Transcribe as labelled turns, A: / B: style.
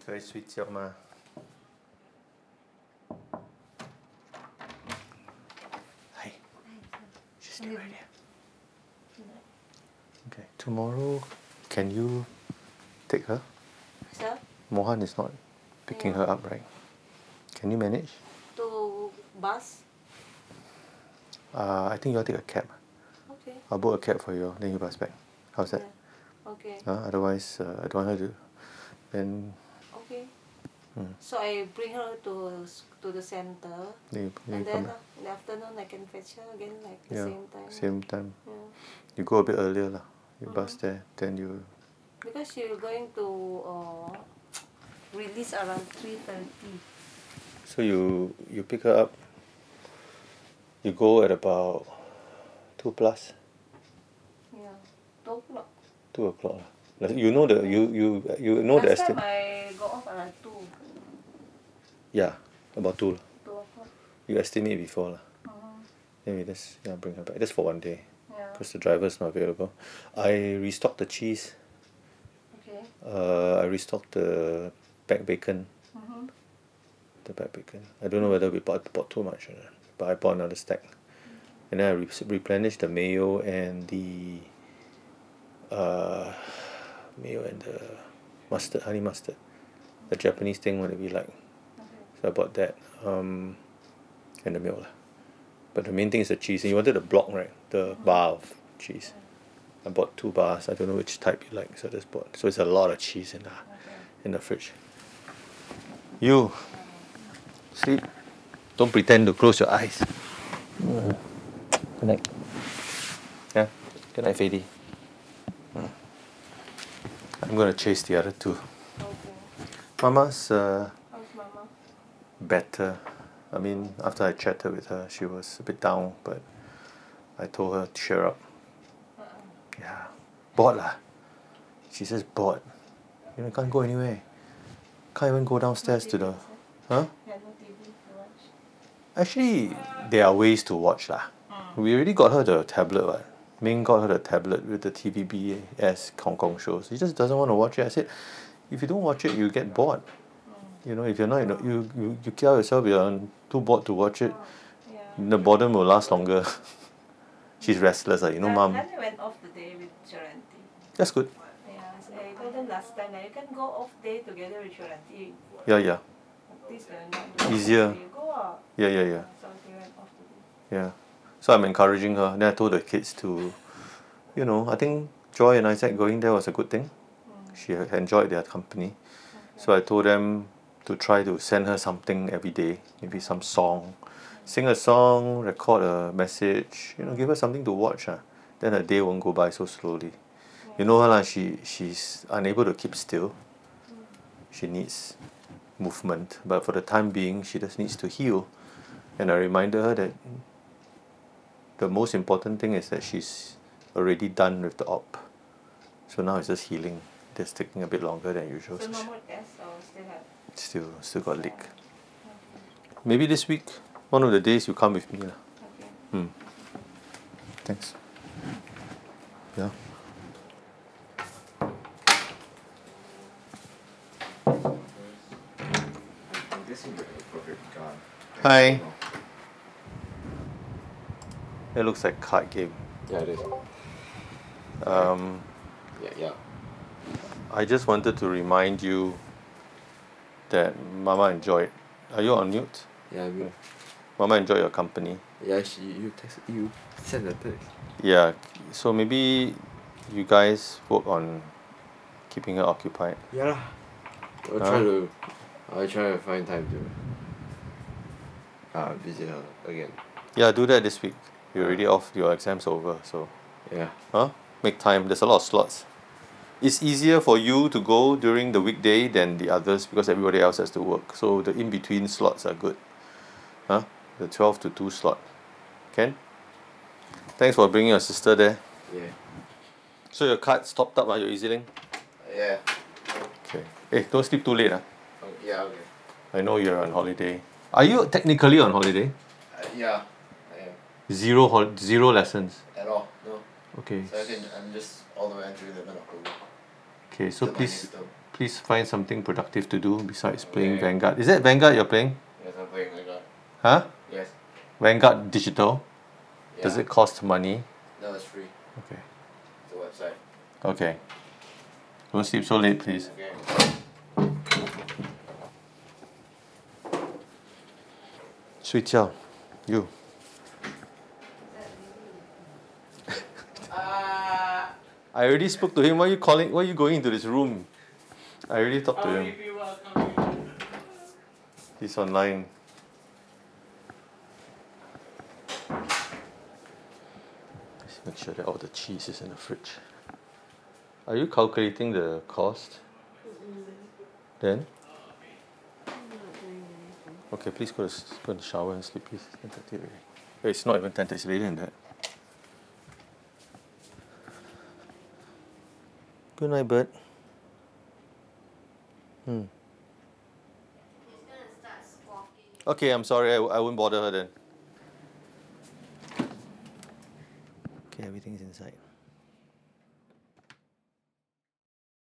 A: feuille suite sur ma. Hey, just stay right here. Okay, tomorrow, can you take her?
B: Sir,
A: Mohan is not picking her up, right? Can you manage?
B: to bus.
A: Uh, I think you all take a cab.
B: Okay.
A: I'll book a cab for you, all, then you bus back. How's that?
B: Yeah. Okay.
A: Huh? otherwise, uh, I don't want her to. Then,
B: Okay.
A: Hmm.
B: So I bring her to s- to the center,
A: then you, then you come
B: and then
A: back.
B: uh, in the afternoon I can fetch her again like the
A: Yeah,
B: same time. Mm-hmm.
A: Same time.
B: Yeah.
A: You go a bit earlier, lah. You bus there, then you.
B: Because you're going to uh, release around three thirty.
A: So you you pick her up. You go at about two plus,
B: Yeah. Two o'clock.
A: two o'clock. lah. Like, you know the you you you know Oh, the
B: Last
A: estate.
B: time I go off around two.
A: Yeah, about two. lah.
B: Two o'clock.
A: You estimate before lah.
B: Mhm.
A: Then we just yeah bring her back. Just for one day,
B: Yeah.
A: because the driver is not available. I restock the cheese.
B: Okay.
A: Uh, I restock the back bacon.
B: Mm-hmm.
A: The back bacon. I don't know whether we bought bought too much or not, but I bought another stack. And then I re- replenished the mayo and the uh, mayo and the mustard, honey mustard. The Japanese thing what we like.
B: Okay.
A: So I bought that. Um, and the milk lah. But the main thing is the cheese. And you wanted the block, right? The bar of cheese. I bought two bars. I don't know which type you like, so I just bought. So it's a lot of cheese in the
B: Okay.
A: in the fridge. You sleep. Don't pretend to close your eyes. Good night. Yeah. Good night, Fady. Hmm. I'm gonna chase the other two.
B: Okay.
A: Mama's uh,
B: How's mama?
A: better. I mean, after I chatted with her, she was a bit down, but I told her to cheer up.
B: Uh-uh.
A: Yeah. Bored lah. She says bored. You know, can't go anywhere. Can't even go downstairs to the Huh?
B: Yeah, no TV to watch.
A: Actually there are ways to watch lah. We already got her the tablet what. Ming got her the tablet with the TVBS Hong Kong shows. She just doesn't want to watch it. I said, if you don't watch it, you get bored. You know, if you're not, you you you kill yourself. You're too bored to watch it.
B: Yeah.
A: The boredom will last longer. She's restless, ah. You know,
B: Yeah,
A: mom.
B: then I went off today with Charanti.
A: That's good.
B: Yeah, so I told them last time that you can go off day together with Charanti.
A: Yeah, yeah,
B: At least they're not doing
A: Easier.
B: it. You go out.
A: yeah, yeah, yeah.
B: So they went off today.
A: Yeah. So I'm encouraging her. Then I told the kids to, you know, I think Joy and Isaac going there was a good thing. She had enjoyed their company. So I told them to try to send her something every day, maybe some song. Sing a song, record a message, you know, give her something to watch. ah. Then her day won't go by so slowly. You know her, lah. she, she's unable to keep still. She needs movement. But for the time being, she just needs to heal. And I reminded her that the most important thing is that she's already done with the op. So now it's just healing. It's taking a bit longer than usual.
B: So
A: So
B: no
A: she
B: more tests or still have.
A: still, still got leak. Maybe this week, one of the days you come with me. lah.
B: Okay.
A: Hmm. Thanks. Yeah.
C: This seems like a perfect gun.
A: Hi. It looks like card game.
C: Yeah, it is.
A: Um,
C: Yeah, yeah.
A: I just wanted to remind you that Mama enjoyed. Are you on mute?
C: Yeah, we,
A: Mama enjoyed your company.
C: yeah. She, you text, you send a text.
A: Yeah. So maybe you guys work on keeping her occupied.
C: Yeah lah. I'll
A: Huh?
C: try to, I'll try to find time to. Uh, visit her again.
A: Yeah, do that this week. You're already off. Your exams over. So,
C: Yeah.
A: huh? Make time. There's a lot of slots. It's easier for you to go during the weekday than the others because everybody else has to work. So the in between slots are good. Huh? The twelve to two slot. Can. Thanks for bringing your sister there.
C: Yeah.
A: So your card stopped up. Are your E EasyLink?
C: Yeah.
A: Okay. Hey, don't sleep too late. Ah.
C: Oh, yeah. Okay.
A: I know you're on holiday. Are you technically on holiday?
C: Uh, yeah. I am.
A: Zero hol- zero lessons.
C: At all. No.
A: Okay.
C: I'm just all the way until 11 October.
A: Okay, so
C: Till my
A: please
C: next term.
A: please find something productive to do besides playing
C: Yeah.
A: Vanguard. Is that Vanguard you're playing?
C: Yes, I'm playing like that.
A: Huh?
C: Yes.
A: Vanguard Digital.
C: Yeah.
A: Does it cost money?
C: No, it's free.
A: Okay.
C: The website.
A: Okay. Don't sleep so late, please.
C: Okay.
A: Sweet child. You.
C: Uh,
A: I already spoke to him. Why are you calling? Why are you going into this room? I already talked to him.
C: you welcome
A: He's online. Just make sure that all the cheese is in the fridge. Are you calculating the cost? Then? Okay, please go to, s- go and shower and sleep, please. It's 10:30 already. Wait, It's not even 10:30, it's later than that. Good night, bird. Hmm. Okay, I'm sorry. I, I won't bother her then. Okay, everything's inside.